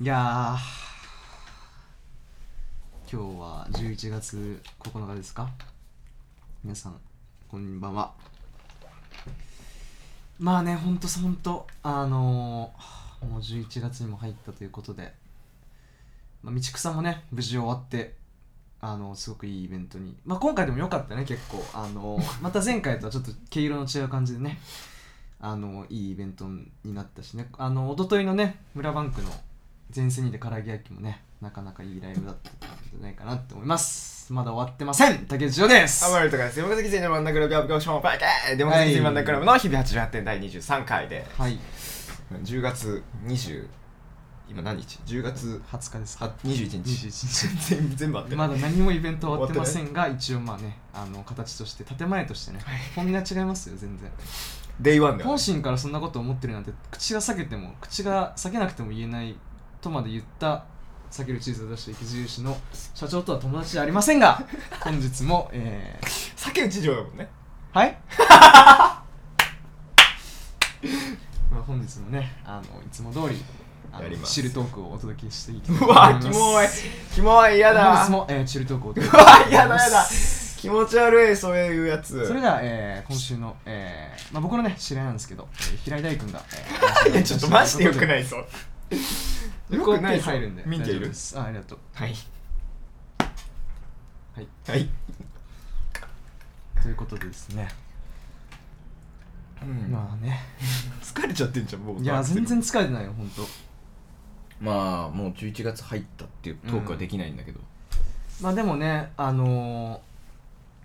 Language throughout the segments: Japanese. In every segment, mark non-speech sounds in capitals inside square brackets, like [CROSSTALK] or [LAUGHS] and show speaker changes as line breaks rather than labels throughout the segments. いやー今日は11月9日ですか皆さんこんばんはまあねほんとほんとあのーもう11月にも入ったということで、まあ、道草もね無事終わってあのーすごくいいイベントに、まあ、今回でも良かったね結構あの [LAUGHS] ーまた前回とはちょっと毛色の違う感じでねあのーいいイベントになったしねあのー一昨日のね村バンクの前線にで唐揚げ焼きもねなかなかいいライブだったんじゃないかなって思いますまだ終わってません竹内翔です
アマルとかです。山崎先生の真ん中のビアブ教師もパイケーデモ先生真ん中クラブの日々88点第23回で、
はい
10月20、今何日 ?10 月
20日ですか
は21日。
21
全全部あって
日
る
まだ何もイベント終わってませんが、一応まあねあの形として建前としてね、本音は違いますよ全然
デイワンだよ
本。心からそんなこと思ってるなんて口が裂けても口が裂けなくても言えないとまで言った避けるチーズを出した生き印の社長とは友達じゃありません [LAUGHS] が本日もえー、
酒内城だもんね。
[LAUGHS] はいまあ本日もねあのいつも通りあ
やり
の
ます
シルトークをお届けしていきたいと
う
思いま
わ、
す
キモい。キモい、嫌だ。
本日も、えー、チルトーク [LAUGHS] をお届
う
けしていきたいと思い
わ、嫌
ま
だ、
す
嫌だ。気持ち悪い、そういうやつ。
それでは、えー、今週の、えーまあ、僕のね知り合いなんですけど、えー平井大君が、え [LAUGHS] ー
いや、ちょっとマジでよくな
[LAUGHS]
いぞ。
よく
よく
な
ないい
ぞ入るんで
ミンテ
大
い
丈夫
る
ですあありがとう
はい。
はい
はい。
ということでですね、
うん
まあね
疲れちゃってんじゃん、もう。
いや全然疲れてないよ本当
まあもう11月入ったっていうトークはできないんだけど、
まあでもねあの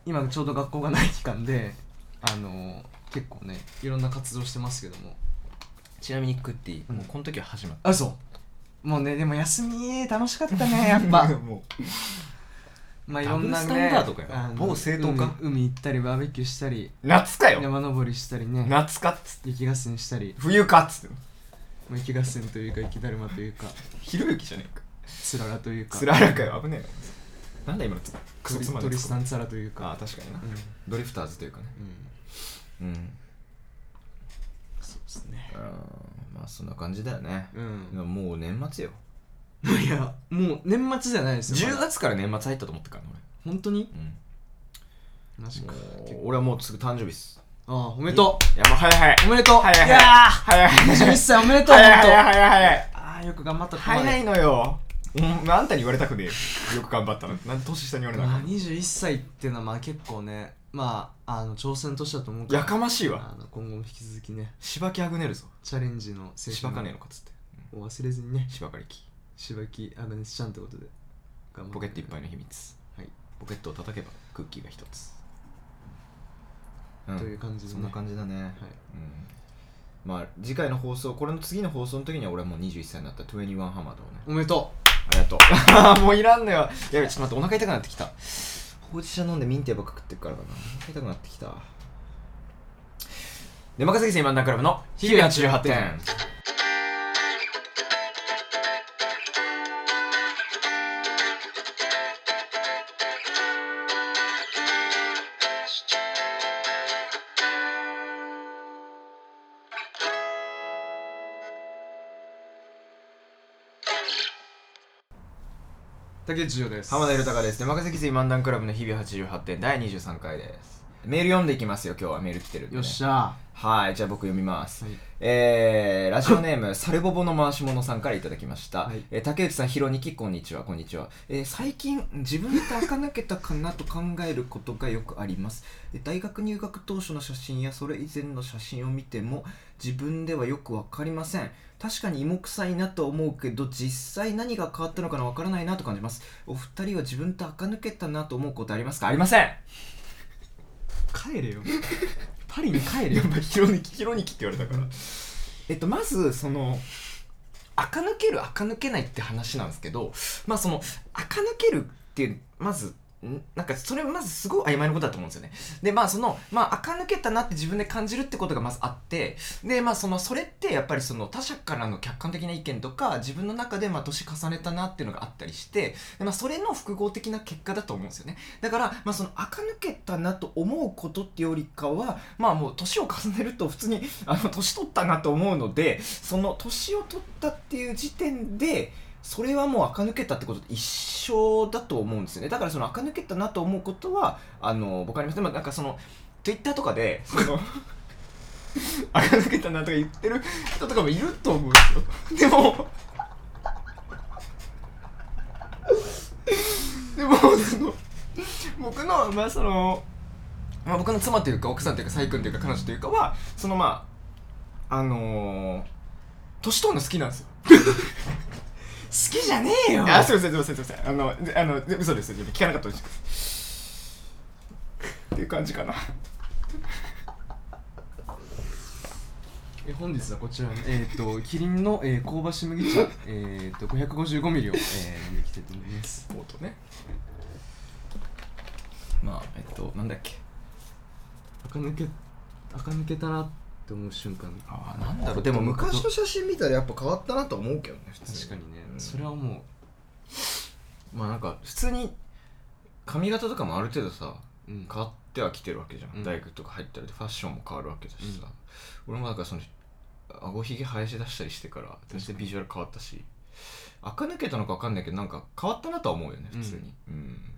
ー、今ちょうど学校がない期間であのー、結構ねいろんな活動してますけども
ちなみにクッティ、
うん
もうこの時は始まっ
あそうもうねでも休み楽しかったねやった [LAUGHS] ぱ
[LAUGHS] も
まあいろんなね
ダブルスタンダードかよ
あの
某正当化
海海行ったりバーベキューしたり
う夏かよ
山登りしたりね
夏かっつって
雪合戦したり、
冬かっつって
まあ、雪合戦というか雪だるまというか
ひろゆきじゃねえか
つららというか
つららかよ危ねえよなんだ今のつクソ
トリ
つまん
ト
ねえ
リ
つ
スタンツァラという
ああ
か
確かにな
うん、うん、
ドリフターズというかねうん
そうですね
あーまあそんな感じだよね
う、ん
もう年末よ
いやもう年末じゃないですよ
10
まだ
月から年末入ったと思ってからね
本当に
俺、うん
マジか
もう俺はもうすぐ誕生日っす
ああおめでと
いやもう早い早いう
おめでとう、
はいはい
いや
早い
ー21歳おめでとう
早い早い
本
早い早い
当ああよく頑張ったここまで
早いのよ。うん、あんたに言われたくねえよ。よく頑張ったの。なんで年下に言われな
ま
か
あ、
った
21歳っていうのはまあ結構ねまああの挑戦としてだと思うか
や
ら
かましいわ。
あの今後も引き続きね
しばきあぐねるぞ。
チャレンジの精
しば
神
かねえのかっつって。
を忘れずにね
しばかりき。
しばきアグネスちゃんってことで頑張
ポケットいっぱ
い、
いの秘密。
はい
ポケットを叩けばクッキーが一つ。う
という感じで、ね、
そんな感じだね。
はい
うん。まあ次回の放送、これの次の放送の時には俺はもう21歳になった21ハマードをね。
おめでと
ありがとう。 [LAUGHS] もういらんのよ。やべ、ちょっと待って、お腹痛くなってきた。ほうじ茶飲んでミンテばっか食ってるからかな。お腹痛くなってきた。出任せぎせ漫談クラブの日々88点。
う竹内涼です
浜田豊です。出任せぎせ漫談クラブの日々88点第23回です。メール読んでいきますよ、今日はメール来てるんで、ね。
よっしゃー、は
はい、じゃあ僕読みます。
い、
えー、ラジオネーム、 [COUGHS] サルボボの回し者さんからいただきました。
はい
えー竹内さん、ひろにき、こんにちは、こんにちは。えー最近、自分って垢抜けたかなと考えることがよくあります。えー大学入学当初の写真やそれ以前の写真を見ても、自分ではよくわかりません。確かに芋臭いなと思うけど、実際何が変わったのかなわからないなと感じます。お二人は自分って垢抜けたなと思うことありますかありません
帰れよパリに
[LAUGHS]
帰れ
や
よ
っぱヒロニキヒロニキって言われたからえっとまずその垢抜ける垢抜けないって話なんですけどまあその垢抜けるってまずんなんかそれまずすごい曖昧なことだと思うんですよねでまあそのまあ垢抜けたなって自分で感じるってことがまずあってでまあそのそれってやっぱりその他者からの客観的な意見とか自分の中でまあ年重ねたなっていうのがあったりしてで、まあ、それの複合的な結果だと思うんですよねだからまあその垢抜けたなと思うことってよりかはまあもう年を重ねると普通にあの年取ったなと思うのでその年を取ったっていう時点でそれはもう垢抜けたってことと一緒だと思うんですよねだからその垢抜けたなと思うことはあの僕ありますでもなんかその Twitter とかでその [LAUGHS] 垢抜けたなとか言ってる人とかもいると思うんですよでもでもその僕のまあその、まあ、僕の妻というか奥さんというかサイ君というか彼女というかはそのまああのー年取るの好きなんですよ好きじゃねえよあすいませんすいませんすいませんあのであので嘘です聞かなかったですっていう感じかな
え本日はこちらの、えー、とキリンの、えー香ばし麦茶、 [LAUGHS] えー、と555ミリを、えー飲んでいきたいと思います
もうとねまあえっとなんだっけ
垢抜け垢抜けたなって思う瞬間
あなんだろうでも昔の写真見たらやっぱ変わったなと思うけどね普通
確かにね、
うん
それはも
まあなんか普通に髪型とかもある程度さ
う、うん、
変わってはきてるわけじゃん、
うん
大学とか入ったらでファッションも変わるわけだしさ、俺もなんかその顎ひげ生やし出したりしてから全然ビジュアル変わったし垢抜けたのか分かんないけどなんか変わったなとは思うよね普通にうん、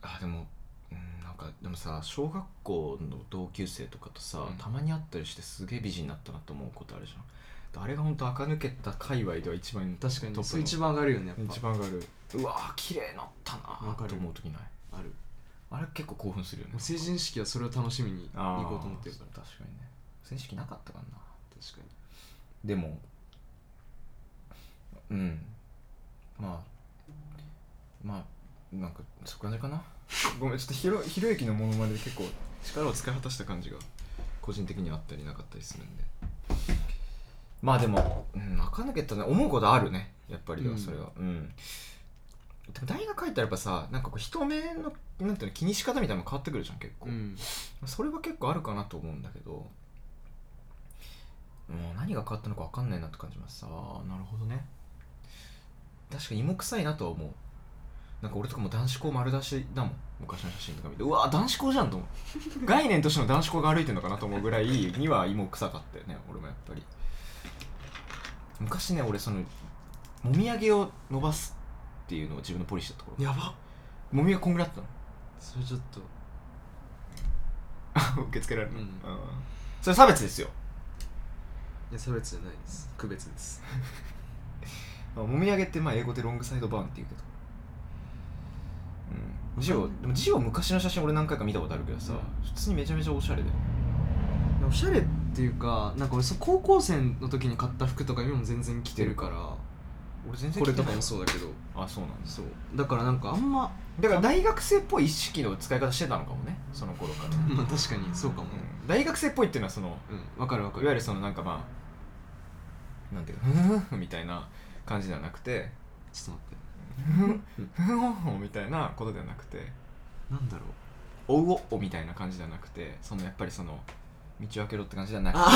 あでもうんなんかでもさ小学校の同級生とかとさ、
うん
たまに会ったりしてすげえ美人になったなと思うことあるじゃんあれが本当垢抜けた界隈では一番
確かに
トップ
それ
の
一番上がるよねやっぱ
一番上がるうわー綺麗になったな
わか
ー
る
と思う時ない
ある
あれ結構興奮するよね
もう成人式はそれを楽しみに
あー
行こうと思ってるから
確かにね正式なかったからな
確か
でもうんまあまあなんかそこら辺かなごめんちょっとひろひろゆきのものまねで結構力を使い果たした感じが個人的にはあったりなかったりするんでまあでも、うん、分かんなかったね思うことあるねやっぱりでは
うん
それはうん、でも大学入ったらやっぱさなんかこう人目のなんていうの気にし方みたいなのも変わってくるじゃん結構、
にうん
それは結構あるかなと思うんだけどもう何が変わったのか分かんないなって感じますああなるほどね確かに芋臭いなとは思うなんか俺とかも男子校丸出しだもん昔の写真とか見てうわー男子校じゃんと思
[LAUGHS]
う概念としての男子校が歩いてるのかなと思うぐらいには芋臭かったよね俺もやっぱり昔ね俺そのもみあげを伸ばすっていうのを自分のポリシーだったところ
やば
もみあげこんぐら
[LAUGHS]
いだったの
それちょっと
受け付けられる、
うん
それ差別ですよ
いや差別じゃないです区別です
まあもみあげってまあ英語でロングサイドバーンって言うけど、うん、ジオでもジオ昔の写真俺何回か見たことあるけどさ、
う
普通にめちゃめちゃおしゃれで
おしゃれっていうかなんか俺そう高校生の時に買った服とか今も全然着てるから
俺全然
こ
着
れ
て
と
な
か
い
もそうだけど
あそうなんです
そうだからなんかあんま [LAUGHS]
だから大学生っぽい意識の使い方してたのかもねその頃から、
まあ確かにそうかもね
うん大学生っぽいっていうのはその
うんわかるわか
いわゆ
る
るそのなんかまあなんていうのふんふんみたいな感じではなくて
ちょっと待って
ふんふんふんみたいなことではなくて
なんだろう
おうおみたいな感じじゃなくてそのやっぱりその道を開けろって感じじゃなくて
あ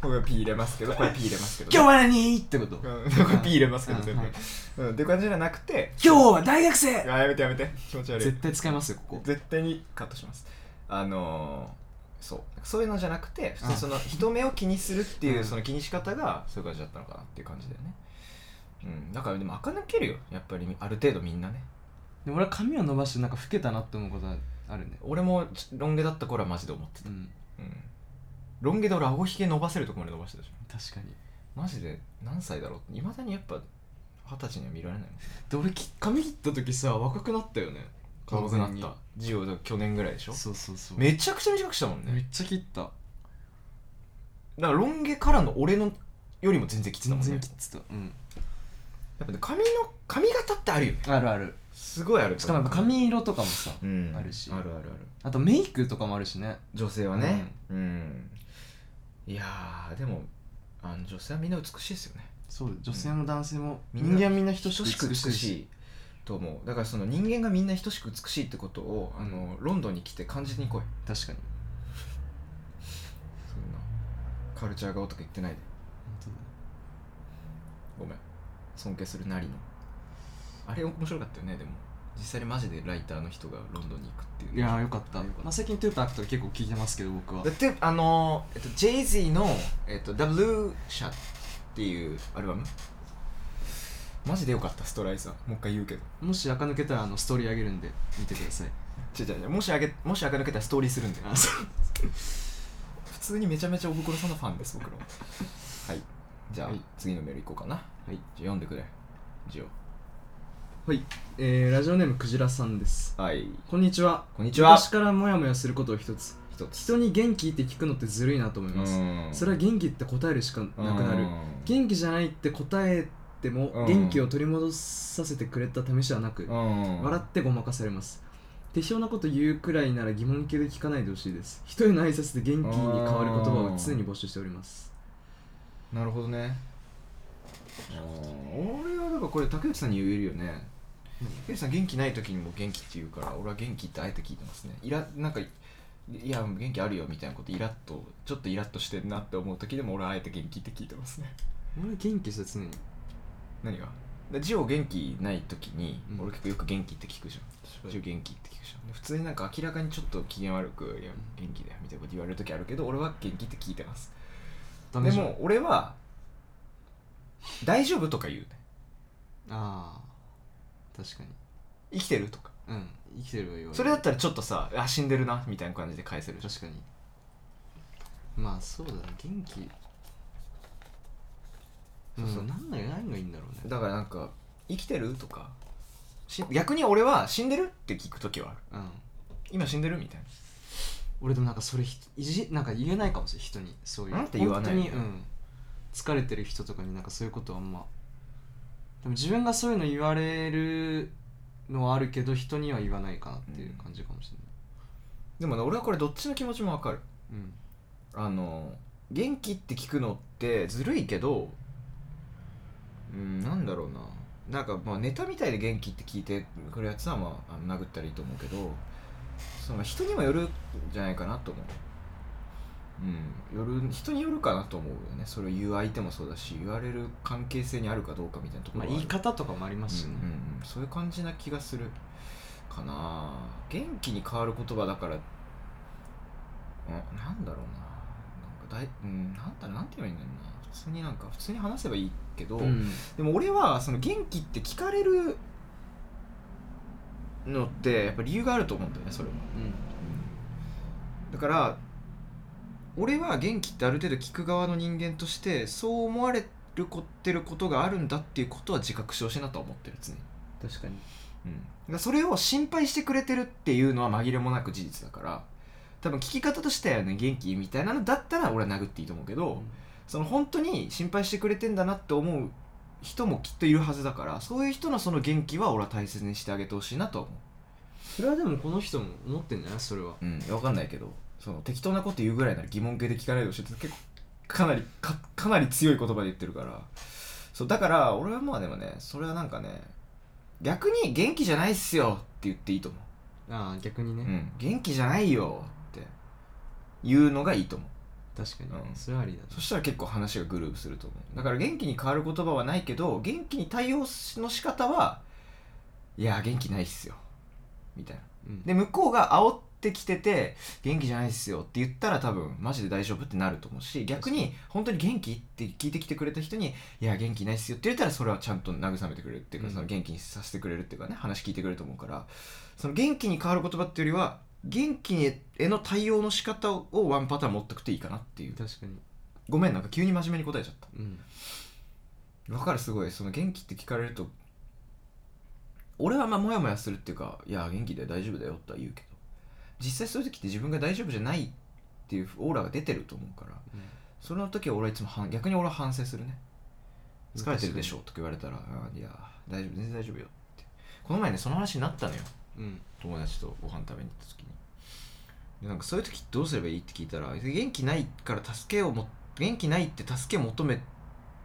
これピー入れますけどこれピー入れますけど、
今日は何ってこと今
うんこれピー入れますけど全部、
はい
うん、っていう感じじゃなくて
日は大学
あ
生
やめてやめて気持ち悪い
絶対使いますよここ
絶対にカットしますあのー、そうそういうのじゃなくて普通その人目を気にするっていううんその気にし方がそういう感じだったのかなっていう感じだよねうんだからでも垢抜けるよやっぱりある程度みんなね
でも俺は髪を伸ばしてなんか老けたなって思うことあるね
俺もロン毛だった頃はマジで思ってた
うん
うんロン毛で俺顎ひげ伸ばせるとこまで伸ばしてたじ
確かに
ゃんマジで何歳だろういまだにやっぱ二十歳には見られないもん
で俺き髪切った時さ若くなったよね
若くなっ
完全
たジオだから去年ぐらいでしょ
にそうそうそうめ
めちゃくちゃ短くしたもん
っ
ね
ちゃ切った
だからロン毛からの俺のよりも全然きつた
全
もんね
然
や
切ってたうん
っぱね髪の髪型ってあるよね
あるある
すごいある
しかもやっぱ髪色とかもさ
うん
あるし
あるあるある
あとメイクとかもあるしね
女性はねうん、いやーでもあの女性はみんな美しいですよね
そう女性も男性も
み
人
んな
間はみんな等
等
し
し
く
く
美
美
しいし
しいと思うだからその人間がみんな等しく美しいってことをあのロンドンに来て感じに来
確
い
かに
そんなカルチャー顔とか言ってないでごめん尊敬するなりのあれ面白かったよねでも実際にマジでライターの人がロンドンに行くっていう
いやーよかった、
よかった
まあ、最近トゥーパークとか結構聞いてますけど僕は
だってあのーえっと、ジェイズィの、えっと、W 社っていうアルバムマジでよかったストライさんもう一回言うけど
もし垢抜けたらあのストーリーあげるんで見てください
違う違う違うもしあげもしあが抜けたらストーリーするんで
あそ
[LAUGHS] 普通にめちゃめちゃおふくろさんのファンです僕らははいじゃあ、
はい
次のメールいこうかなはいじゃあ読んでくれジオ
はい、えー、ラジオネームクジラさんです
はい
こんにちは
こんにちは
昔からモヤモヤすることを一つ
一つ
人に元気って聞くのってずるいなと思います
うん
それは元気って答えるしかなくな
う
る
ん
元気じゃないって答えても
うん
元気を取り戻させてくれた試しはなく
うん
笑ってごまかされます適当なこと言うくらいなら疑問形で聞かないでほしいです一人の挨拶で元気に変わる言葉を常に募集しております
なるほどね俺はだからこれ竹内さんに言えるよね
うん
竹内さん元気ない時にも元気って言うから俺は元気ってあえて聞いてますねいらなんかいいや元気あるよみたいなことイラッとちょっとイラッとしてるなって思う時でも俺はあえて元気って聞いてますね
俺元気ですよ常に
何がでジオ元気ない時に、
うん
俺結構よく元気って聞くじゃんジオ元気って聞くじゃんで普通になんか明らかにちょっと機嫌悪く「いや元気だよ」みたいなこと言われる時あるけど俺は元気って聞いてます
ダメ
で
じゃん
も俺は「大丈夫」とか言うね
ああ確かに
「生きてる」とか
うん生きてるわよ
それだったらちょっとさ「あ死んでるな」みたいな感じで返せるじゃん
確かにまあそうだね元気
そうそう
うん、なんだよ何がいいんだろうね
だからなんか「生きてる?」とかし逆に俺は「死んでる?」って聞く時はある
うん
「今死んでる?」みたいな
俺でもなんかそれひいじなんか言えないかもしれない人にそういう
なんて言わない
本当に、うん、疲れてる人とかになんかそういうことはあんまでも自分がそういうの言われるのはあるけど人には言わないかなっていう感じかもしれ
でもね俺はこれどっちの気持ちもわかる
ない、うん
あの元気って聞くのってずるいけどうんなんだろうななんかまあネタみたいで元気って聞いてくるやつはまああの殴ったらいいと思うけどその人にもよるんじゃないかなと思ううんよる人によるかなと思うよねそれを言う相手もそうだし言われる関係性にあるかどうかみたいなところ
まあ、
はある
言い方とかもありますしね、
うんうんうん、そういう感じな気がするかな元気に変わる言葉だからうんなんだろうななんかだい、うん、なんだろうなんて言えばいいんだろうな普通になんか普通に話せばいいけど、
うん
でも俺はその元気って聞かれるのってやっぱ理由があると思うんだよねそれはだから俺は元気ってある程度聞く側の人間としてそう思われるこってることがあるんだっていうことは自覚してほしいなとは思ってる常に
確かに
うん、だからそれを心配してくれてるっていうのは紛れもなく事実だから多分聞き方としてはね元気みたいなのだったら俺は殴っていいと思うけど、その本当に心配してくれてんだなって思う人もきっといるはずだからそういう人のその元気は俺は大切にしてあげてほしいなとは思
それはでもこの人も思ってんじゃないそれは
ううん分かんないけどその適当なこと言うぐらいなら疑問系で聞かないでほしいって結構かなりかかなり強い言葉で言ってるからそうだから俺はまあでもねそれはなんかね逆に元気じゃないっすよって言っていいと思う
ああ逆にね、
うん、元気じゃないよって言うのがいいと思う
確かに、
うん
それはありだね
そしたら結構話がグループすると思うだから元気に変わる言葉はないけど元気に対応の仕方はいや元気ないっすよみたいな
うん
で向こうが煽ってきてて元気じゃないっすよって言ったら多分マジで大丈夫ってなると思うし逆に本当に元気って聞いてきてくれた人にいや元気ないっすよって言ったらそれはちゃんと慰めてくれるっていうか、
うん
その元気にさせてくれるっていうかね話聞いてくれると思うからその元気に変わる言葉っていうよりは元気への対応の仕方をワンパターン持ってくといいかなっていう
確かに
ごめんなんか急に真面目に答えちゃった
うん
わかるすごいその元気って聞かれると俺はまあモヤモヤするっていうかいや元気だよ大丈夫だよとは言うけど実際そういう時って自分が大丈夫じゃないっていうオーラが出てると思うから
うん
その時は俺はいつも反逆に俺は反省するね疲れてるでしょとか言われたらあいや大丈夫全然大丈夫よってこの前ねその話になったのよ
うん
友達とご飯食べに行った時にでなんかそういう時どうすればいいって聞いたら元気ないから助けをも元気ないって助け求め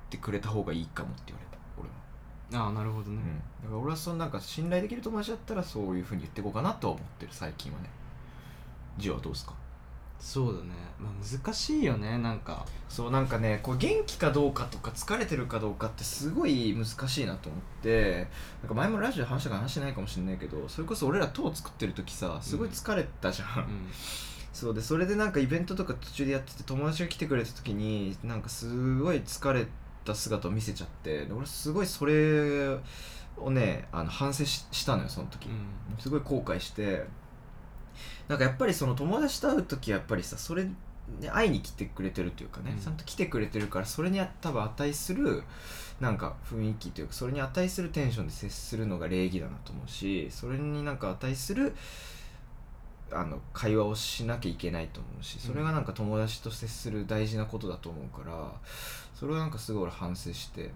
てくれた方がいいかもって言われた俺は
ああなるほど
う
ね、
ん、だから俺はそのなんか信頼できる友達だったらそういうふうに言っていこうかなとは思ってる最近はねジオはどうですか
そうだねまあ難しいよねなんか
そうなんかねこう元気かどうかとか疲れてるかどうかってすごい難しいなと思ってなんか前もラジオで話したから話してないかもしれないけどそれこそ俺ら塔作ってる時さすごい疲れたじゃ
う
ん、
ん
そうでそれでなんかイベントとか途中でやってて友達が来てくれた時になんかすごい疲れた姿を見せちゃってで俺すごいそれをねあの反省ししたのよその時、
うん
すごい後悔してなんかやっぱりその友達と会う時はやっぱりさそれに会いに来てくれてるというかね、
うん
ちゃんと来てくれてるからそれに多分値するなんか雰囲気というかそれに値するテンションで接するのが礼儀だなと思うしそれになんか値するあの会話をしなきゃいけないと思うしそれがなんか友達と接する大事なことだと思うからそれはなんかすごい俺反省して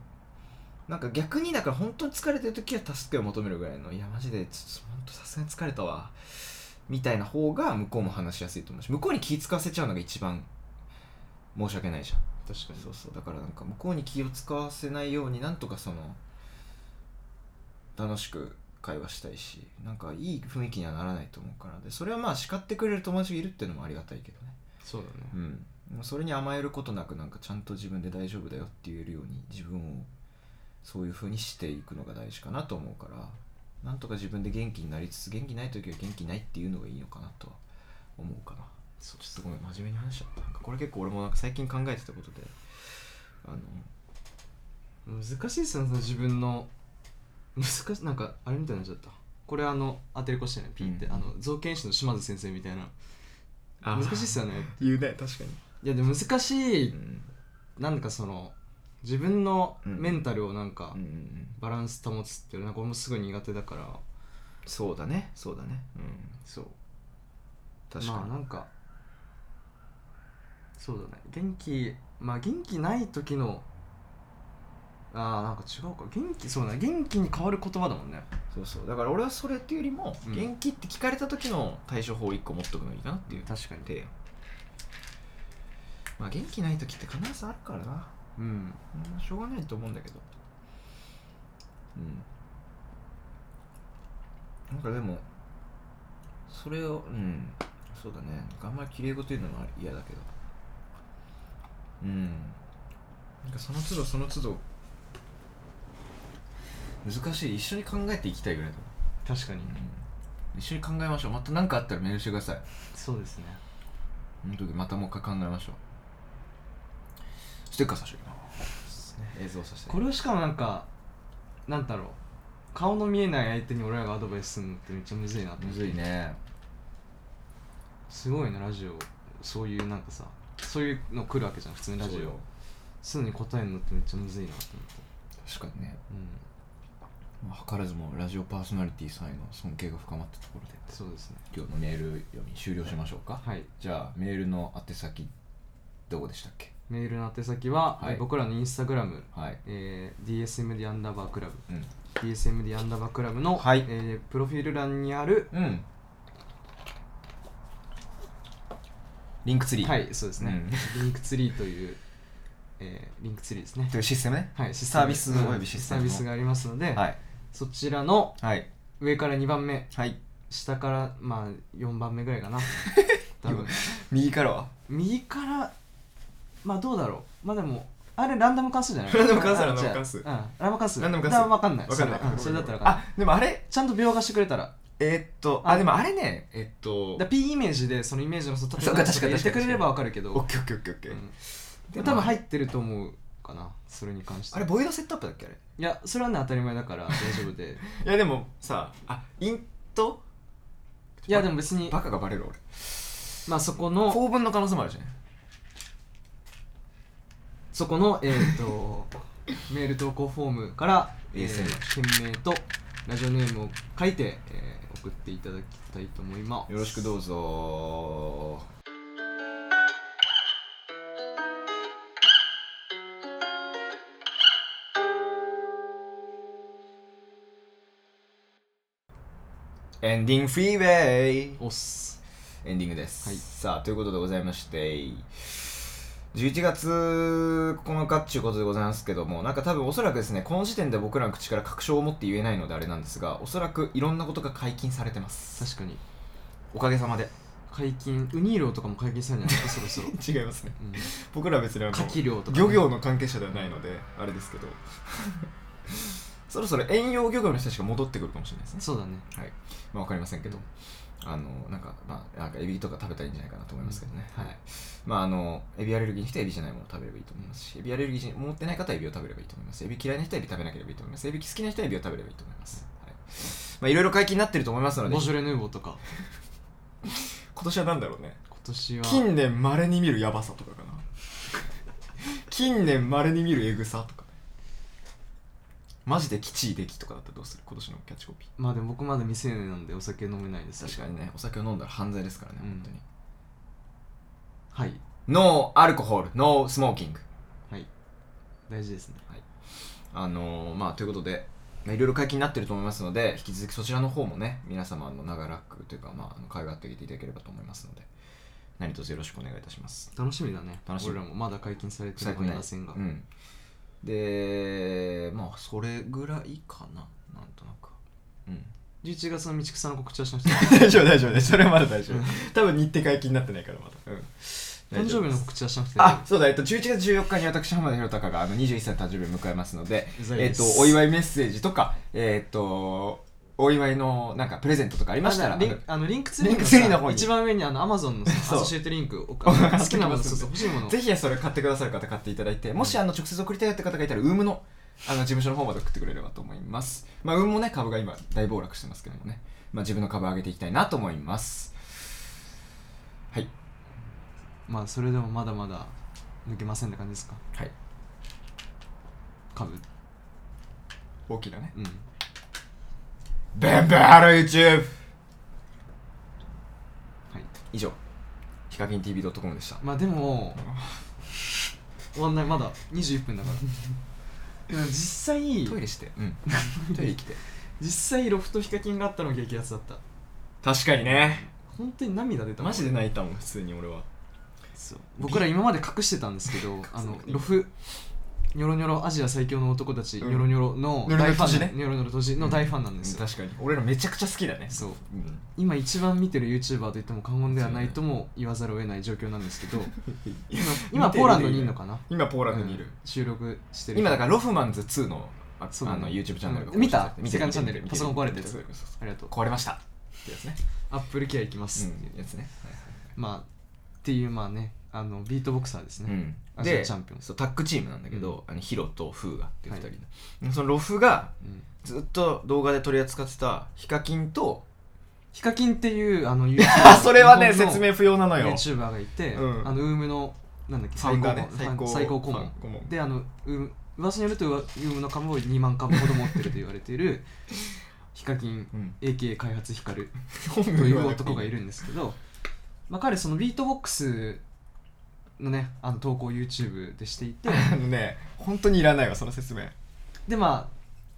なんか逆にだから本当に疲れてる時は助けを求めるぐらいのいやマジでちょっと本当さすがに疲れたわみたいな方が向こうも話しやすいと思うし向こうに気使わせちゃうのが一番申し訳ないじゃん
確かに
そうそうだからなんか向こうに気を使わせないようになんとかその楽しく会話したいしなんかいい雰囲気にはならないと思うからでそれはまあ叱ってくれる友達がいるっていうのもありがたいけどね
そうだね
うんでもそれに甘えることなくなんかちゃんと自分で大丈夫だよって言えるように自分をそういう風にしていくのが大事かなと思うからなんとか自分で元気になりつつ元気ない時は元気ないっていうのがいいのかなとは思うかな
そう
ちょっとごめん真面目に話しちゃったなんかこれ結構俺もなんか最近考えてたことであの
難しいっすねその自分の難しなんかあれみたいになっちゃったこれあの当てるこしてねピーって、
うん
あの造形師の島津先生みたいな難しいっすよね
言うね確かに
いやでも難しい
うん
なんかその自分の
うん
メンタルをなんか
うんうんうん
バランス保つっていうのはこれもすごい苦手だから
そうだねそうだねうん
そう
確かに、
まあなんかそうだね元気まあ元気ない時のああなんか違うか元気そうだね元気に変わる言葉だもんね
そうそうだから俺はそれっていうよりも、
うん
元気って聞かれた時の対処法を1個持っとくのがいいかなっていう
確かに
提案まあ元気ない時って必ずあるからな、
うん
うん、しょうがないと思うんだけどうんなんかでもそれをうんそうだねなんかあんまり綺麗事言うのも嫌だけどうんなんかその都度その都度難しい一緒に考えていきたいぐらいだな
確かに
一緒に考えましょうまた何かあったらメールしてください
そうですね
その時またもう一回考えましょうステッカー差し上げます、映像差し
これをしかもなんかなんだろう顔の見えない相手に俺らがアドバイスするのってめっちゃむずいなと思
む
って
ずいね
すごいねラジオそういうなんかさそういうの来るわけじゃん普通にラジ
そう
オ
よ
すぐに答えるのってめっちゃむずいなと思って
確かにね
うん
まあ図らずもラジオパーソナリティさんへの尊敬が深まったところで
そうですね
今日のメール読み終了しましょうか
はい
じゃあメールの宛先どこでしたっけ
メールの宛先は、
はい
え僕らのインスタグラム、
はい
えー、DSMD アンダーバークラブ
うん
DSMD アンダーバークラブの、
はい
えープロフィール欄にある
うんリンクツリー
はいそうですね、リンクツリーという、えーリンクツリーですね
[LAUGHS] というシステムね
はい、システ
サー
ム
ビスおよびシス
サ
テム
ー
の
ビスがありますので、
はい
そちらの
はい
上から2番目
はい
下からまあ4番目ぐらい
[LAUGHS]
かな多分
右からは
右からまあどうだろうまあでもあれランダム関数じゃない
ランダム関数
あ
ランダム
じゃあ
関数
うんランダム関数
ランダム関数
だからわかんない
わかんない
それうんそれだったらわかんない
あでもあれ
ちゃんと描画してくれたら
えーっとあでもあれねえっと
だから P イメージでそのイメージの外
そうか確かに
入れてくれればわかるけ
オッ
ど、
ケーオッケーオッケーオッケ
う
ー
ん
で
多分
まあ
入ってると思うかなそれに関して
あれボイドセットアップだっけあれ
いやそれはね当たり前だ
[LAUGHS]
から大丈夫で
いやでもさあイント
いやでも別に
バカがバレる俺
まあそこの
構文の可能性もあるじゃん
そこの、えー、と [LAUGHS] メール投稿フォームから、え
いいですね
ー、件名とラジオネームを書いて、えー送っていただきたいと思います。
よろしくどうぞエンディングフリーウェイ
おっす。
エンディングです、
はい
さあということでございまして11月9日っていうことでございますけどもなんか多分おそらくですねこの時点で僕らの口から確証を持って言えないのであれなんですがおそらくいろんなことが解禁されてます
確かに
おかげさまで
解禁ウニ漁とかも解禁したんじゃ
[LAUGHS]
ないですかそろそろ
違いますね
うん
僕ら別にあの
牡蠣漁とかね、
漁業の関係者ではないのであれで
[LAUGHS]
すけどそろそろ遠洋漁業の人たちが戻ってくるかもしれないですね
そうだね
はい、まあ、わかりませんけど、あのなんか、まあ、なんかエビとか食べたらいいんじゃないかなと思いますけどね、
うん
はいまあ、あのエビアレルギーの人はエビじゃないものを食べればいいと思いますしエビアレルギーじゃ持ってない方はエビを食べればいいと思いますエビ嫌いな人はエビ食べなければいいと思いますエビ好きな人はエビを食べればいいと思います、はいまあ、いろいろ解禁になってると思いますので
ボジ
今
ョレ・ヌーボーとか
年は何だろうね
今年は
近年まれに見るヤバさとかか [LAUGHS] な近年まれに見るエグさとかマジできちい出来とかだったらどうする今年のキャッチコピー
まあでも僕まだ未成年なんでお酒飲めないです
確かにねお酒を飲んだら犯罪ですからね、
うん
本当に
はい
ノーアルコホールノースモーキング
はい大事ですね
あのーまあということでまあいろいろ解禁になってると思いますので引き続きそちらの方もね皆様の長らくというかまああの会話っていていただければと思いますので何卒よろしくお願いいたします
楽しみだね
楽しみ
俺らもまだ解禁されて
最
も
後
い
ね
ませんが、
うんでまあそれぐらいかななんとなくうん
11月の道草の告知はしました
[LAUGHS] 大丈夫大丈夫ねそれはまだ大
うん
多分日程解禁になってないからまだ、うん、
誕生日の告知はしなくて
あそうだ、えっと、11月14日に私浜田宏隆があの21歳の誕生日を迎えますので
うざい
え
で
っ
す
と、お祝いメッセージとか、えっと、お祝いのなんかプレゼントとかありましたら
あリンあのリンクツリー
リンクツリーの
の
方
方
に
一番上にあの Amazon の
[LAUGHS] そ
さ
う
アソシエイトリンクを
[LAUGHS]
あの好きなものそうそう欲しいものを
ぜひそれ買ってくださる方買っていただいてもしあの直接送りたいって方がいたら UM のあの事務所の方まで送ってくれればと思いますまあ UM もね株が今大暴落してますけどもね、まあ、自分の株上げていきたいなと思いますはい
まあそれでもまだまだ抜けませんって感じですか
はい
株
大きなね
うん
ベンベハロ YouTube
はい
以上ヒカキン TV.com でした
まあでも終わんないまだ21分だからで
[LAUGHS]
も実際
トイレして [LAUGHS] うんトイレ来て
実際ロフトヒカキンがあったのが激アツだった
確かにね
本当に涙出たもん
マジで泣いたもん普通に俺は
そう僕ら今まで隠してたんですけどあの
隠すの
ロフニョロニョロアジア最強の男たち、
うん
ニョロニョロの
ニョロニョロ
大ファン
都市ね
ニョロニョロ都市の大ファンなんですよ、
確かに俺らめちゃくちゃ好きだね
そう
うん
今一番見てる YouTuber と言っても過言ではないとも言わざるを得ない状況なんですけど今今
見てる
ポーランドにいるのかな
今ポーランドにい
うん
る
収録してる
今だからロフマンズ2のあ
そうだ
あ
ね
の YouTube チャンネルが
うん見た
見て
セカンド
る
チャンネル
見て
パ
る
ソコン壊れたやつ
見てるそうそう
ありがとう
壊れましたってやつ [LAUGHS] ね
アップルケア行きます、
うんやつね
まあっていうまあねあのビートボクサーですね、
うん
アジア
で
チャンピオン
そうタッグチームなんだけどあのヒロとフーガっていう二人
は
のそのロフが
うん
ずっと動画で取り扱ってたヒカキンと
ヒカキンっていうあの YouTuber
[LAUGHS] あ [LAUGHS] それはね
日本の
説明不要なのよ
YouTuber がいて、
うん
あのウームのなんだっけ
ファウンダーね
最高
最高
顧問
ファン顧問
であのウーム噂によるとウームの株を2万株ほど持ってると言われてい
[LAUGHS]
るヒカキン
うん
AK 開発ヒカル
本
という男がいるんですけど、まあ、彼そのビートボックスのねあの投稿を YouTube でしてい
[LAUGHS]
て
[LAUGHS] あのね本当にいらないわその説明
でま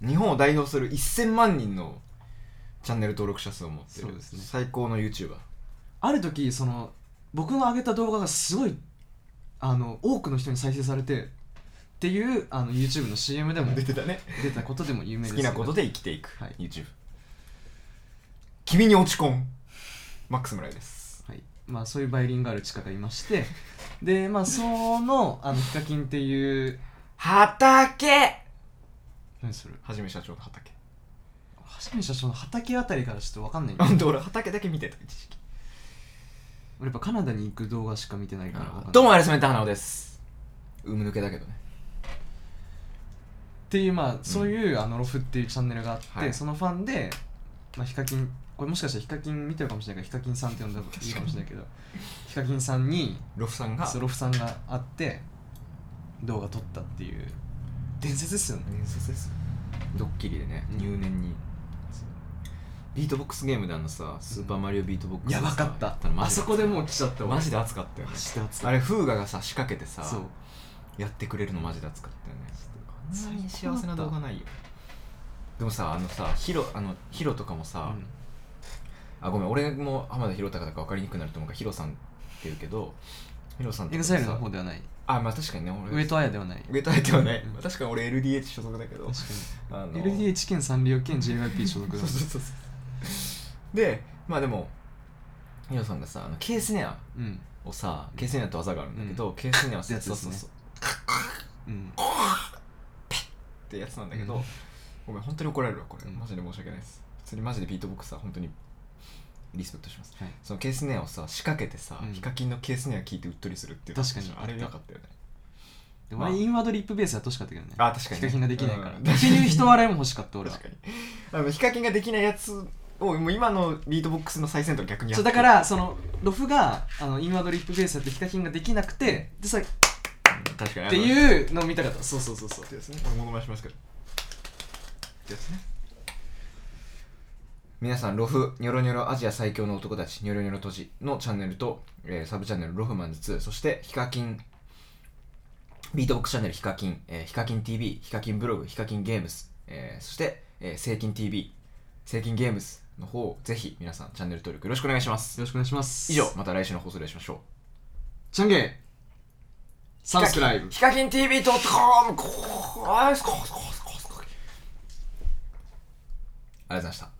日本を代表する1000万人のチャンネル登録者数を持って
そう
る、
ですね
最高の YouTuber
あある時その僕の上げた動画がすごいあの多くの人に再生されてっていうあの YouTube の CM でも
出てたね
出たことでも有名で
好
す
き
けど
なことで生きていく、
はい
YouTube 君に落ち込んマックス村井です
はいまあ、そういうバイリンガル地下がいましてでまあそのあのヒカキンっていう
畑
何それ
はじめ社長の畑
橋上社長の畑あたりからちょっと分かんないんだ
あ
けど
んた俺畑だけ見てた一時期
俺やっぱカナダに行く動画しか見てないから分かんない
どうもアリスメンタ花尾ですうむ抜けだけどね
っていうまあそういう、あのロフっていうチャンネルがあって、
はい
そのファンで、まあ、ヒカキンこれもしかしたらヒカキン見てるかもしれないからヒカキンさんって呼んだ方がいいかもしれないけどヒカキンさんに
ロフさんが
そうロフさんがあって動画撮ったっていう伝説ですよね
伝説ですドッキリでね、
うん
入念にビートボックスゲームであのさ「スーパーマリオビートボックス」
やばかったあ
マジで
そこでもう来ちゃったわ
マジで熱かったよね
マジで熱い
あれフーガがさ仕掛けてさ
そう
やってくれるのマジで熱かったよね
こんなに
幸
幸
せ
せ
な
な
動
動
画
画
ないよでもさあのさヒロあのヒロとかもさ、
うん
あごめん俺も浜田博隆だから分かりにくくなると思うからヒロさんって言うけどヒロさんとかもさ
EXILE の方ではない
あまあ確かにね俺
上戸彩ではない
上と入ってはない、
うん
まあ確かに俺 LDH 所属だけど
確
あの
かに LDH 兼サンリオ兼 JYP 所属
そう
だ
そうそうそうでまあでもミオさんがさあのケースネア
うん
をさケースネアって技があるんだけど、ケースネアを
ってやつ
そ
で
う
す
そう
ね
そう
うん
ってやつなんだけど、
うん
ごめん本当に怒られるわこれ、
うん
マジで申し訳ないです普通にマジでビートボックスは本当にリスペクトします
はい
そのケースネアをさ仕掛けてさ、
うん
ヒカキンのケースネア聞いてうっとりするっていう
確かに
あれなかったよね
で
まあ
俺インワードリップベースやってほしかったけどね
あ確か
ヒ
にね
カキンができないから
うん
っていう人笑いも欲しかった俺は
確かにあのヒカキンができないやつをもう今のビートボックスの最先端逆にや
そうだからそのロフがあのインワードリップベースやってヒカキンができなくてでさっ
うん確かに
て
う
いうのを見たかったそうそうそうそう
ってやつね物まねしますからってやつね皆さん、ロフ、ニョロニョロアジア最強の男たち、ニョロニョロとじのチャンネルと、えーサブチャンネル、ロフマンズ2、そして、ヒカキン、ビートボックスチャンネル、ヒカキン、えーヒカキン TV、ヒカキンブログ、ヒカキンゲームス、えーそして、えー、セイキン TV、セイキンゲームスの方、ぜひ皆さん、チャンネル登録よろしくお願いします。
よろしくお願いします
以上、また来週の放送でお会いしましょう。
チャンゲーサブスクライブ
ヒカキン TV とコムありがとうございました。